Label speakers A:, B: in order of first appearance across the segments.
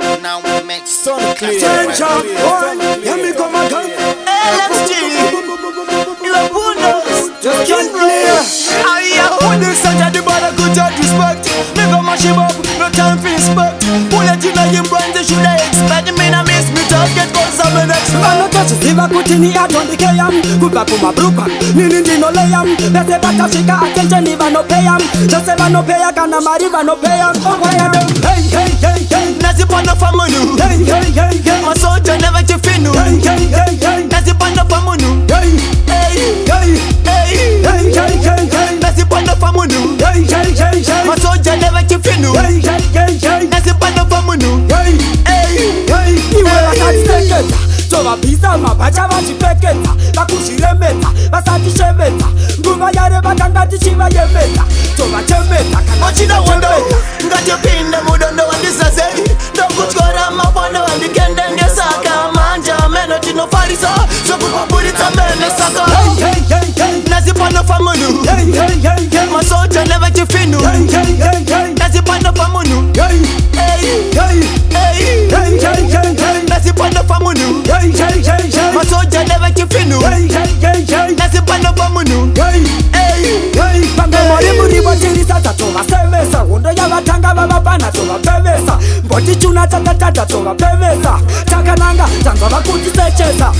A: now we make
B: Turn clear.
C: Tenja, boy, ya mi kama gang.
D: LFG, Ila Bundos,
C: Just
D: John
C: can't play.
D: Aye, when they start at the bar, I go judge respect. Never mash him up, no time for respect. Bullet in the brain, they should I expect me to miss me to get goals. I'm an expert.
C: vanotochiziva kuti ni atondikeyam kubva kumabruka nini ndinoleyam vese vakasvika atensheni vanopeyam zvese vanopeya kana mari vanopeyam
D: Hey, hey, hey, hey, Nazi Panda Famonu. My soldier never to finu. Nazi Panda Famonu. Hey, hey, Nazi Panda Famonu. My soldier never to finu. Nazi Panda Famonu. Hey,
C: iwe vakatiseketa tovabvisa mabhacha vazvipfekedza vakuzviremedza vasatishemedza nguva yare vakanga tichivayevedza tovachemedza kana
D: Ochida wando. Ngatipinde mudondo wandisasei. Ndokutyora mapando wandikende ngesaka manja meno tinofarisa zvokupaburitsa meno saka. Nazi Panda Famonu. My soldier never to finu. Nazi Panda Famonu. Hey, hey. nazipanda pamunhu masoja nevechifinhu nazipanda pamunhu
C: pangamo remurivo tirisata tovasevesa hondo yavatanga vavapana tovapevesa mbotichuna takatadza tovapevesa takananga tanzwa vakutisecheesa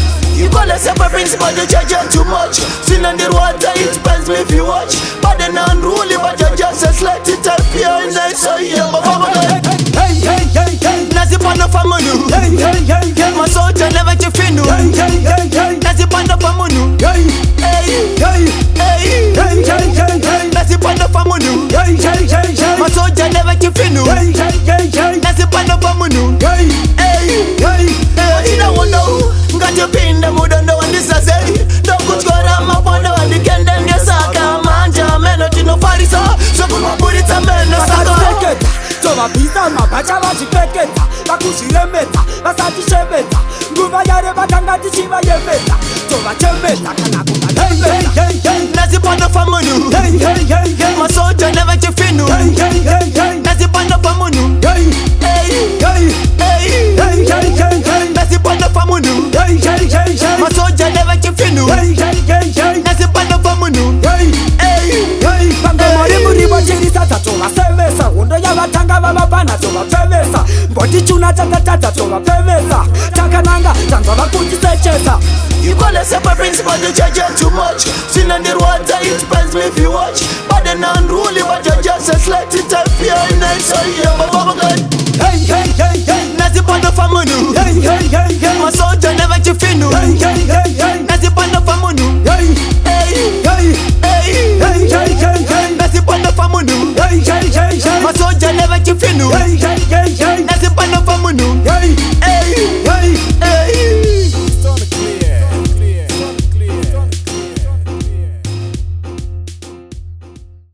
D: ikolesapa principal jejaja too much sinandirwata it pains me if you watch but an unruly but I just a slight interfere in the so yeah my family nazipanda pamunhu masoja nevechifinhu nazipanda pamunhu Hey, hey. nazipanda pamunhu masoja nevechifinhu nazipanda pamunhu Hey. watinoona ngatipinde mudondo wandisasei ndokutyora mapondo wandikende ngesaka manja meno tinofarisa zvokumaburitsa meno saka
C: vasatiseketa tovabvisa mabhacha vazvipfekedza vakuzviremedza vasatishemedza nguva yare vakanga tichivayevedza tovachemedza kana kuvachemedza
D: nazipanda pamunhu masoja nevechifinhu nazipanda pamunhu Hey, hey. nazipanda pamunhu masoja nevechifinhu nazipanda pamunhu Hey,
C: pangoma
D: Hey.
C: remurivo tirisata tovasevesa hondo yavatanga vavapana tovapfevesa mbotichuna takatadza tovapfevesa takananga tanzwa vakutisecheesa
D: You call us up a principal, you judge her too much. Sin and the water, it pains me if you watch. But then unruly, but you're just a slight interfere in the so yeah, but what good? Nazi panda famunu. My soldier never chifinu. Nazi panda famunu. Hey, hey. Nazi panda famunu. My soldier never chifinu.